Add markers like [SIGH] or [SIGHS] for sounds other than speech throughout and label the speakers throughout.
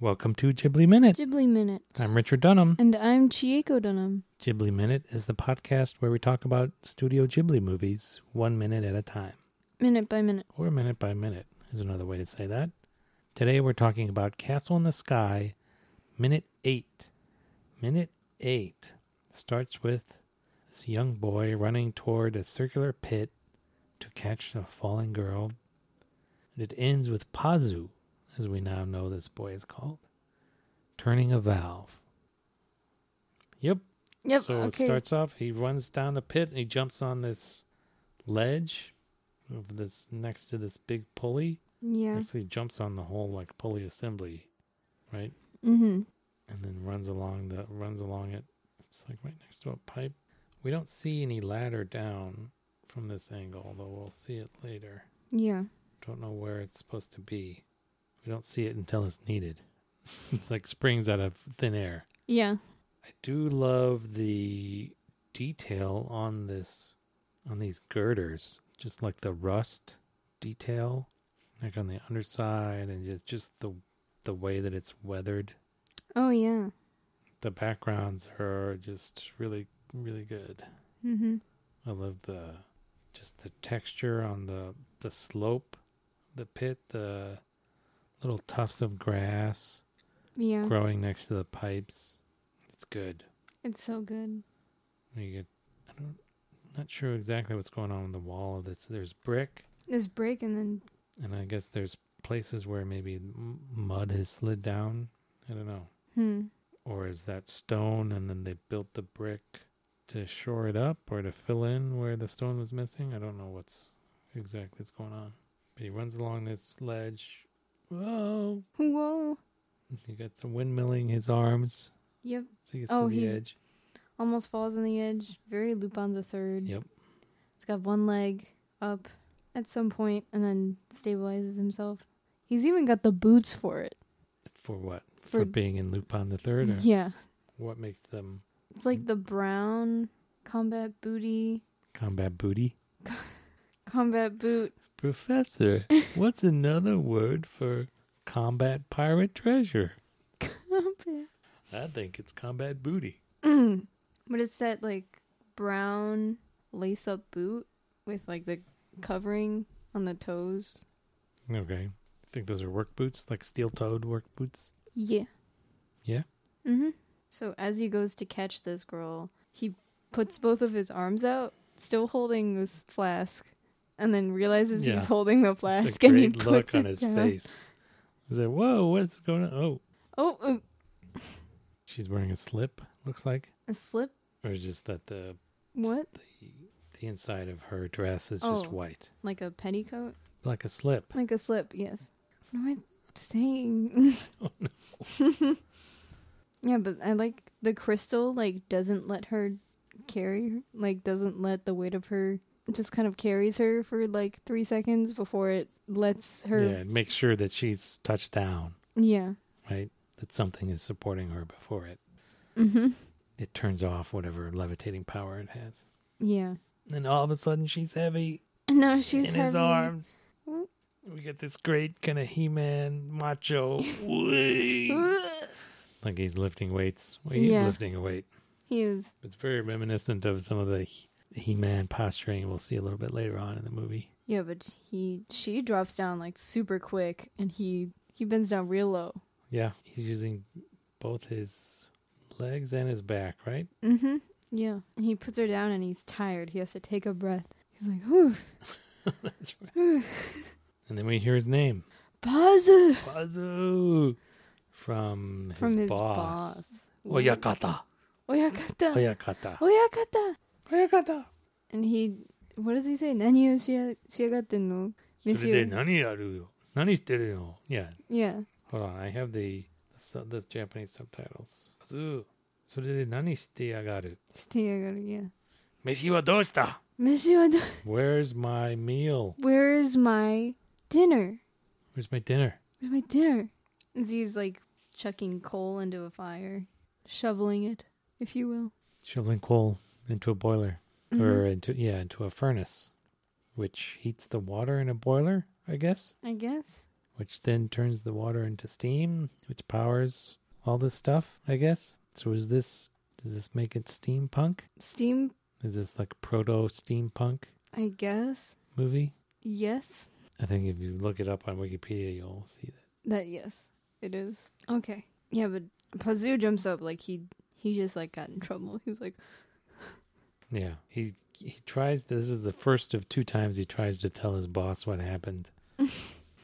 Speaker 1: Welcome to Ghibli Minute.
Speaker 2: Ghibli Minute.
Speaker 1: I'm Richard Dunham.
Speaker 2: and I'm Chieko Dunham.
Speaker 1: Ghibli Minute is the podcast where we talk about Studio Ghibli movies one minute at a time,
Speaker 2: Minute by minute.
Speaker 1: or minute by minute is another way to say that. Today we're talking about Castle in the Sky, minute eight. Minute eight starts with this young boy running toward a circular pit to catch a falling girl. And it ends with Pazu, as we now know this boy is called, turning a valve. Yep,
Speaker 2: Yep.
Speaker 1: so it
Speaker 2: okay.
Speaker 1: starts off, he runs down the pit and he jumps on this ledge of this next to this big pulley.
Speaker 2: yeah.
Speaker 1: Actually jumps on the whole like pulley assembly, right?
Speaker 2: Mm-hmm.
Speaker 1: And then runs along the runs along it. It's like right next to a pipe. We don't see any ladder down from this angle, although we'll see it later.
Speaker 2: Yeah.
Speaker 1: Don't know where it's supposed to be. We don't see it until it's needed. [LAUGHS] it's like springs out of thin air.
Speaker 2: Yeah.
Speaker 1: I do love the detail on this on these girders, just like the rust detail, like on the underside, and just just the the way that it's weathered.
Speaker 2: Oh yeah.
Speaker 1: The backgrounds are just really really good.
Speaker 2: Mm-hmm.
Speaker 1: I love the just the texture on the the slope, the pit, the little tufts of grass
Speaker 2: Yeah.
Speaker 1: growing next to the pipes. It's good.
Speaker 2: It's so good.
Speaker 1: You get, I don't, not sure exactly what's going on with the wall. That's there's brick,
Speaker 2: This break and then
Speaker 1: and I guess there's places where maybe m- mud has slid down. I don't know,
Speaker 2: hmm.
Speaker 1: or is that stone, and then they built the brick to shore it up or to fill in where the stone was missing. I don't know what's exactly is going on. But he runs along this ledge. Whoa!
Speaker 2: hmm. Whoa.
Speaker 1: He gets a windmilling his arms,
Speaker 2: Yep.
Speaker 1: so he gets
Speaker 2: Oh,
Speaker 1: to the
Speaker 2: he-
Speaker 1: edge.
Speaker 2: Almost falls on the edge. Very Lupin the Third.
Speaker 1: Yep.
Speaker 2: He's got one leg up at some point and then stabilizes himself. He's even got the boots for it.
Speaker 1: For what? For,
Speaker 2: For-
Speaker 1: being in Lupin the Third, or
Speaker 2: [LAUGHS] Yeah.
Speaker 1: what makes them
Speaker 2: It's like the brown combat booty,
Speaker 1: combat booty?
Speaker 2: combat boot.
Speaker 1: Professor, what's another word for combat pirate treasure?
Speaker 2: [LAUGHS] Combat
Speaker 1: I think it's combat booty.
Speaker 2: Mm. but it's that like brown lace up boot with like the covering on the toes.
Speaker 1: Okay. I think those are work boots, like steel toed work boots.
Speaker 2: Yeah.
Speaker 1: Yeah?
Speaker 2: Mhm. So as he goes to catch this girl, he puts both of his arms out, still holding this flask, and then realizes
Speaker 1: Yeah.
Speaker 2: he's holding the
Speaker 1: It's
Speaker 2: flask
Speaker 1: a
Speaker 2: and he
Speaker 1: great
Speaker 2: puts
Speaker 1: look on
Speaker 2: it
Speaker 1: his
Speaker 2: down.
Speaker 1: face. He's like, whoa, what's going on? Oh,
Speaker 2: Oh, oh,
Speaker 1: she's wearing a slip, looks like.
Speaker 2: a slip.
Speaker 1: Or is just that the
Speaker 2: What?
Speaker 1: just the, the inside of her dress is just
Speaker 2: Oh.
Speaker 1: white.
Speaker 2: Like a petticoat?
Speaker 1: Like a slip.
Speaker 2: Like a slip? Yes. What am I saying?
Speaker 1: Oh, no.
Speaker 2: [LAUGHS] Yeah, but I like the crystal like doesn't let her carry her- like doesn't let the weight of her just kind of carries her for like 3 seconds before it lets
Speaker 1: Yeah,
Speaker 2: her
Speaker 1: and make sure that she's touched down,
Speaker 2: Yeah.
Speaker 1: right? That something is supporting her before it.
Speaker 2: Mhm.
Speaker 1: it turns off whatever levitating power it has.
Speaker 2: Yeah.
Speaker 1: And all of a sudden, she's heavy
Speaker 2: No, she's
Speaker 1: in
Speaker 2: heavy.
Speaker 1: his arms.
Speaker 2: Mm.
Speaker 1: We get this great kind of He-Man
Speaker 2: [LAUGHS]
Speaker 1: macho, Whee!
Speaker 2: Ugh.
Speaker 1: like he's lifting weights. Well, he's
Speaker 2: Yeah.
Speaker 1: lifting a weight.
Speaker 2: [LAUGHS] he is
Speaker 1: It's very reminiscent of some of the He- He-Man posturing we'll see a little bit later on in the movie.
Speaker 2: Yeah, but he she drops down like super quick and he he bends down real low.
Speaker 1: Yeah, he's using both his legs and his back, right? [LAUGHS]
Speaker 2: Mhm. Yeah. And he puts her down and he's tired. He has to take a breath. He's like, "Whew."
Speaker 1: That's right.
Speaker 2: [SIGHS]
Speaker 1: and then we hear his name,
Speaker 2: Pazu
Speaker 1: Bazoo, from his,
Speaker 2: from his
Speaker 1: boss.
Speaker 2: boss.
Speaker 1: Oyakata.
Speaker 2: Oyakata.
Speaker 1: Oyakata.
Speaker 2: Oyakata.
Speaker 1: Oyakata.
Speaker 2: And he, what does he say? 何をしやしやがってんの飯を
Speaker 1: それで何やるよ何してるよ Yeah.
Speaker 2: Yeah.
Speaker 1: Hold on. I have the the, sub- the Japanese subtitles. それで何してやがる飯はどうした
Speaker 2: してやがる Yeah. 飯はど
Speaker 1: Where's my meal?
Speaker 2: Where is my dinner?
Speaker 1: Where's my dinner?
Speaker 2: Where's my dinner? As he's like chucking coal into a fire, shoveling it, if you will.
Speaker 1: Shoveling coal into a boiler.
Speaker 2: Mhm.
Speaker 1: Or into, yeah, into a furnace, which heats the water in a boiler, I guess.
Speaker 2: Mm-hmm. I guess.
Speaker 1: which then turns the water into steam, which powers all this stuff, I guess. So is this does this make it steampunk?
Speaker 2: Steam,
Speaker 1: Is this like proto steampunk
Speaker 2: I guess.
Speaker 1: movie?
Speaker 2: Yes.
Speaker 1: I think if you look it up on Wikipedia, you'll see that.
Speaker 2: That yes, it is. Okay. Yeah, but Pazu jumps up like he he just like got in trouble. [LAUGHS] He's like,
Speaker 1: Yeah, he he tries. This is the first of two times he tries to tell his boss what happened.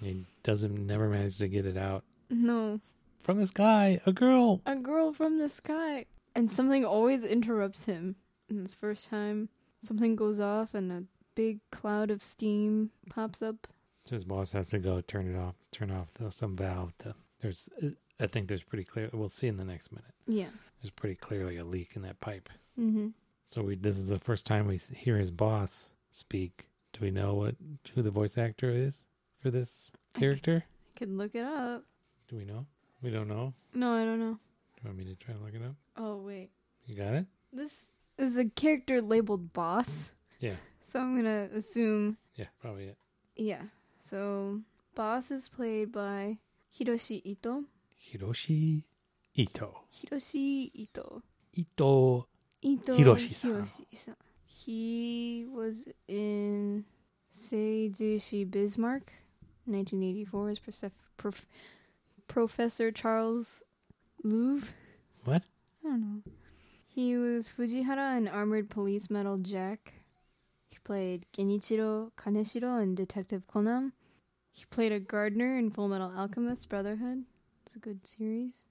Speaker 1: he doesn't never manage to get it out
Speaker 2: "No,
Speaker 1: from this guy, a girl.
Speaker 2: a girl from the sky." And something always interrupts him. And this first time, something goes off and a big cloud of steam pops up.
Speaker 1: So his boss has to go turn it off, turn off tho- some valve. To, there's, I think there's pretty clear. We'll see in the next minute.
Speaker 2: Yeah.
Speaker 1: There's pretty clearly a leak in that pipe.
Speaker 2: Mm-hmm.
Speaker 1: So we, this is the first time we s- hear his boss speak. Do we know what who the voice actor is for this
Speaker 2: I
Speaker 1: character?
Speaker 2: Can look it up.
Speaker 1: Do we know? We don't know.
Speaker 2: No, I don't know.
Speaker 1: Do you want me to try to look it up?
Speaker 2: Oh wait,
Speaker 1: You got it?
Speaker 2: this is a character labeled Boss.
Speaker 1: Yeah.
Speaker 2: So I'm gonna assume
Speaker 1: Yeah, probably it.
Speaker 2: Yeah. So Boss is played by Hiroshi Ito.
Speaker 1: Hiroshi Ito.
Speaker 2: Hiroshi Ito.
Speaker 1: Ito.
Speaker 2: Ito
Speaker 1: Hiroshi-san.
Speaker 2: Hiroshi-san. He was in Seijushi Bismarck, 1984 as Persef- prof- Professor Charles Louvre.
Speaker 1: What?
Speaker 2: I don't know. He was Fujihara in Armored Police Metal Jack. He played Genichiro Kaneshiro in Detective Conan. He played a gardener in Full Metal Alchemist Brotherhood. It's a good series.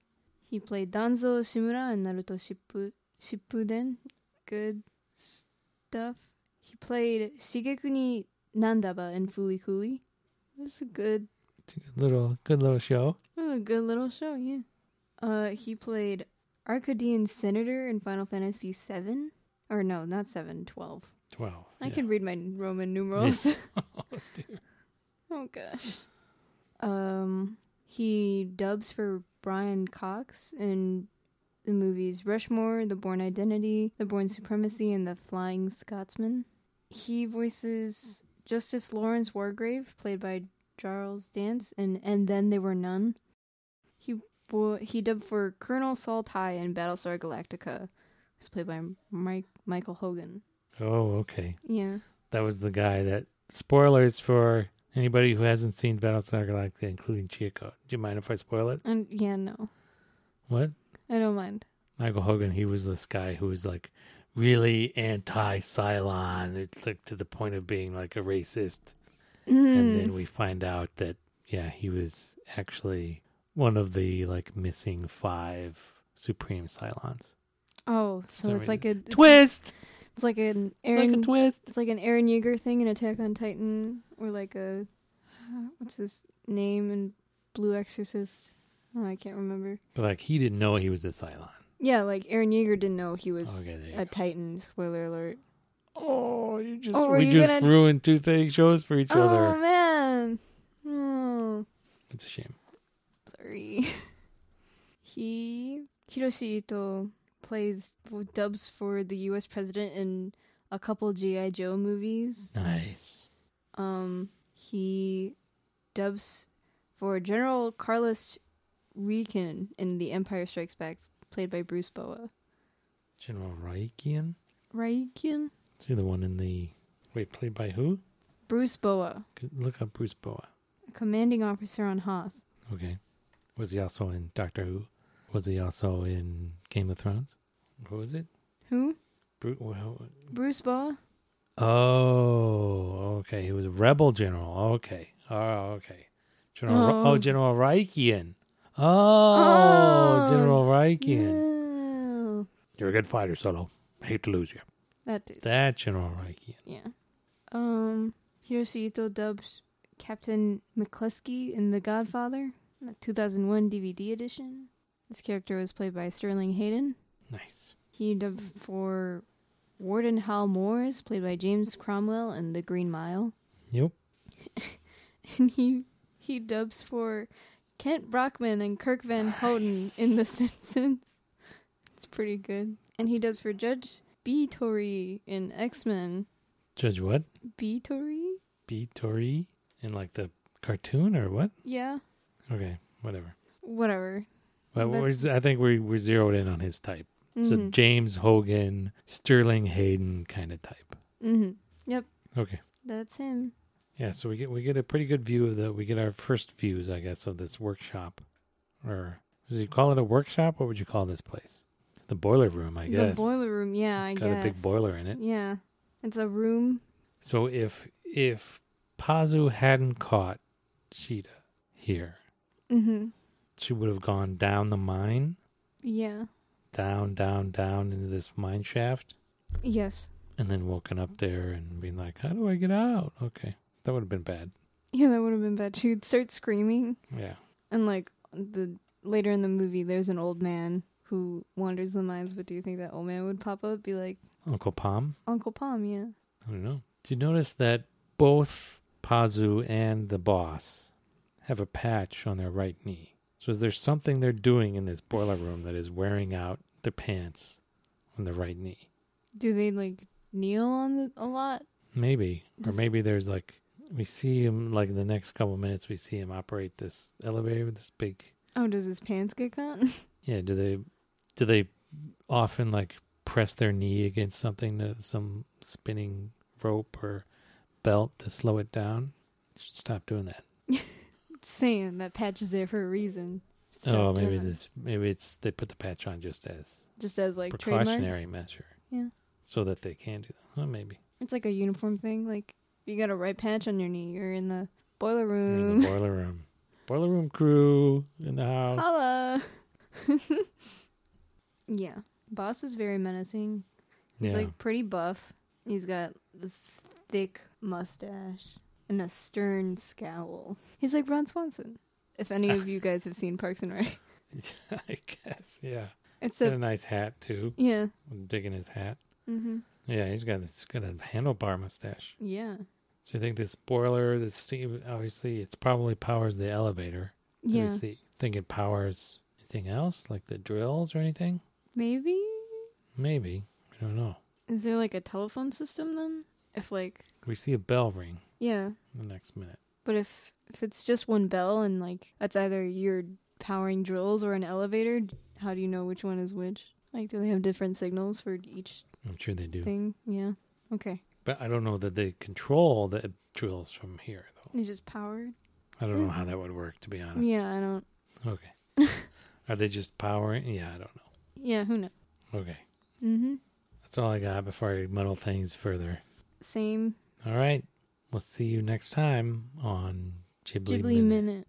Speaker 2: He played Danzo Shimura in Naruto Shippu- Shippuden. Good stuff. He played Shigekuni Nandaba in Foolie Cooley. This is a good
Speaker 1: It's a good little, good little show.
Speaker 2: that was a good little show, yeah. Uh, he played Arcadian Senator in Final Fantasy VII. Or no, not 7, 12.
Speaker 1: 12.
Speaker 2: I can read my
Speaker 1: [LAUGHS]
Speaker 2: Roman numerals. oh gosh. Um, he dubs for Brian Cox in the movies Rushmore, The Born Identity, The Born Supremacy, and The Flying Scotsman. He voices Justice Lawrence Wargrave, played by Charles Dance, and and then they were none. He bo- he dubbed for Colonel Salt High in Battlestar Galactica, was played by Mike Michael Hogan.
Speaker 1: Oh, okay.
Speaker 2: Yeah.
Speaker 1: That was the guy that. Spoilers for anybody who hasn't seen Battlestar Galactica, including Chieko. Do you mind if I spoil it?
Speaker 2: And yeah, no.
Speaker 1: What?
Speaker 2: I don't mind.
Speaker 1: Michael Hogan, he was this guy who was like really anti Cylon. It's like to the point of being like a racist.
Speaker 2: Mm.
Speaker 1: And then we find out that, yeah, he was actually one of the like missing five Supreme Cylons.
Speaker 2: oh, so
Speaker 1: Sorry.
Speaker 2: it's like a it's,
Speaker 1: Twist!
Speaker 2: It's like an
Speaker 1: It's like
Speaker 2: Aaron.
Speaker 1: a
Speaker 2: It's like,
Speaker 1: twist.
Speaker 2: an Aaron Yeager thing in Attack on Titan, or like a what's his name in Blue Exorcist. Oh, I can't remember.
Speaker 1: But like he didn't know he was a Cylon.
Speaker 2: Yeah, like Aaron Yeager didn't know he was
Speaker 1: Okay, there you go.
Speaker 2: a Titan. Spoiler alert.
Speaker 1: Oh, you just
Speaker 2: Oh, were
Speaker 1: we
Speaker 2: you
Speaker 1: just
Speaker 2: gonna-
Speaker 1: ruined two thing shows for each
Speaker 2: Oh
Speaker 1: other.
Speaker 2: man. Oh.
Speaker 1: It's a shame.
Speaker 2: Sorry. [LAUGHS] he Hiroshi Ito plays dubs for the U.S. president in a couple GI Joe movies.
Speaker 1: Nice.
Speaker 2: Um, he dubs for General Carlos Rican in The Empire Strikes Back, played by Bruce Boa.
Speaker 1: General Raikian?
Speaker 2: Rican?
Speaker 1: Is he the one in the wait, played by who?
Speaker 2: Bruce Boa,
Speaker 1: Could- Look up Bruce Boa.
Speaker 2: a commanding officer on Haas.
Speaker 1: Okay. Was he also in Doctor Who? Was he also in Game of Thrones? What was it?
Speaker 2: Who?
Speaker 1: Bru- well,
Speaker 2: Bruce Boa?
Speaker 1: oh, okay. He was a rebel general. Okay. Oh, okay. General. Ra- Oh,
Speaker 2: Oh.
Speaker 1: General Raikian. Oh,
Speaker 2: Oh,
Speaker 1: General Raikian.
Speaker 2: No.
Speaker 1: You're a good fighter, Solo. I hate to lose you.
Speaker 2: That dude.
Speaker 1: That General Raikian.
Speaker 2: Yeah. Um, Hiroshi Ito dubs Captain McCluskey in The Godfather, the 2001 DVD edition. This character was played by Sterling Hayden.
Speaker 1: Nice.
Speaker 2: He dubbed for Warden Hal Moores, played by James Cromwell in The Green Mile. [LAUGHS]
Speaker 1: Yep.
Speaker 2: And he he dubs for Kent Brockman and Kirk Van Houten
Speaker 1: Nice.
Speaker 2: in The Simpsons. [LAUGHS] It's pretty good. And he does for Judge B. Torrey in X Men.
Speaker 1: Judge what?
Speaker 2: B. Torrey?
Speaker 1: B. Tori in like the cartoon or what?
Speaker 2: Yeah.
Speaker 1: Okay, whatever.
Speaker 2: Whatever.
Speaker 1: But we're,
Speaker 2: That's-
Speaker 1: I think we we're zeroed in on his type. So
Speaker 2: Mhm.
Speaker 1: James Hogan, Sterling Hayden kind of type.
Speaker 2: Mhm.
Speaker 1: Okay.
Speaker 2: That's him.
Speaker 1: Yeah, so we get we get a pretty good view of the we get our first views, I guess, of this workshop. Or would you call it a workshop? What would you call this place? The boiler room, I guess.
Speaker 2: The boiler room. Yeah,
Speaker 1: It's
Speaker 2: I
Speaker 1: got
Speaker 2: guess.
Speaker 1: a big boiler in it.
Speaker 2: Yeah. It's a room.
Speaker 1: So if if Pazu hadn't caught Sheeta here,
Speaker 2: Mhm.
Speaker 1: she would have gone down the mine,
Speaker 2: Yeah.
Speaker 1: down, down, down into this mine shaft,
Speaker 2: Yes. [LAUGHS]
Speaker 1: and then woken up there and being like, "How do I get out?" Okay, that would have been bad.
Speaker 2: Yeah, that would have been bad. She'd start screaming,
Speaker 1: Yeah,
Speaker 2: and like the later in the movie, there's an old man who wanders the mines. But do you think that old man would pop up, be like
Speaker 1: Uncle Pom.
Speaker 2: Uncle Pom? Yeah.
Speaker 1: I don't know. Do you notice that both Pazu and the boss have a patch on their right knee? So is there something they're doing in this boiler room that is wearing out their pants on the right knee?
Speaker 2: Do they like kneel on the, a lot?
Speaker 1: Maybe, or
Speaker 2: Just-
Speaker 1: maybe there's like we see him like in the next couple minutes we see him operate this elevator with this big.
Speaker 2: Oh, does his pants get [LAUGHS] caught?
Speaker 1: Yeah, do they do they often like press their knee against something to some spinning rope or belt to slow it down? Should stop doing that.
Speaker 2: Just saying that patch is there for a reason. Stop
Speaker 1: oh,
Speaker 2: doing
Speaker 1: maybe
Speaker 2: that.
Speaker 1: this maybe it's they put the patch on just as
Speaker 2: just as like trademark.
Speaker 1: precautionary measure.
Speaker 2: Yeah.
Speaker 1: So that they can do that. Well, maybe.
Speaker 2: It's like a uniform thing. Like you got a right patch on your knee, you're in the boiler
Speaker 1: We're
Speaker 2: room.
Speaker 1: in the boiler room. Boiler room crew in the house.
Speaker 2: Holla. [LAUGHS] yeah. Boss is very menacing. He's
Speaker 1: yeah.
Speaker 2: like pretty buff. He's got this thick mustache and a stern scowl. He's like Ron Swanson. If any of you guys have seen Parks and Rec,
Speaker 1: [LAUGHS]
Speaker 2: [LAUGHS]
Speaker 1: I guess. Yeah.
Speaker 2: it's
Speaker 1: Got a
Speaker 2: a
Speaker 1: nice hat too.
Speaker 2: yeah.
Speaker 1: I'm digging his hat.
Speaker 2: Mm-hmm.
Speaker 1: Yeah, he's got he's got a handlebar mustache.
Speaker 2: Yeah.
Speaker 1: So you think this boiler, this steam, obviously it's probably powers the elevator. that we
Speaker 2: Yeah.
Speaker 1: See. Think it powers anything else like the drills or anything?
Speaker 2: Maybe
Speaker 1: Maybe. I don't know.
Speaker 2: is there like a telephone system then? If like
Speaker 1: We see a bell ring
Speaker 2: yeah,
Speaker 1: in the next minute.
Speaker 2: but if if it's just one bell and like that's either you're powering drills or an elevator, d- how do you know which one is which? Like, do they have different signals for each
Speaker 1: I'm sure they do.
Speaker 2: thing? Yeah. Okay.
Speaker 1: But I don't know that they control the drills from here, though.
Speaker 2: It's just powered.
Speaker 1: I don't know how that would work, to be honest.
Speaker 2: Mm. Yeah, I don't.
Speaker 1: Okay. [LAUGHS] Are they just powering? Yeah, I don't know.
Speaker 2: Yeah, who knows?
Speaker 1: Okay.
Speaker 2: Mm-hmm.
Speaker 1: That's all I got before I muddle things further.
Speaker 2: Same
Speaker 1: All right. We'll see you next time on Ghibli,
Speaker 2: Ghibli
Speaker 1: Minute.
Speaker 2: minute.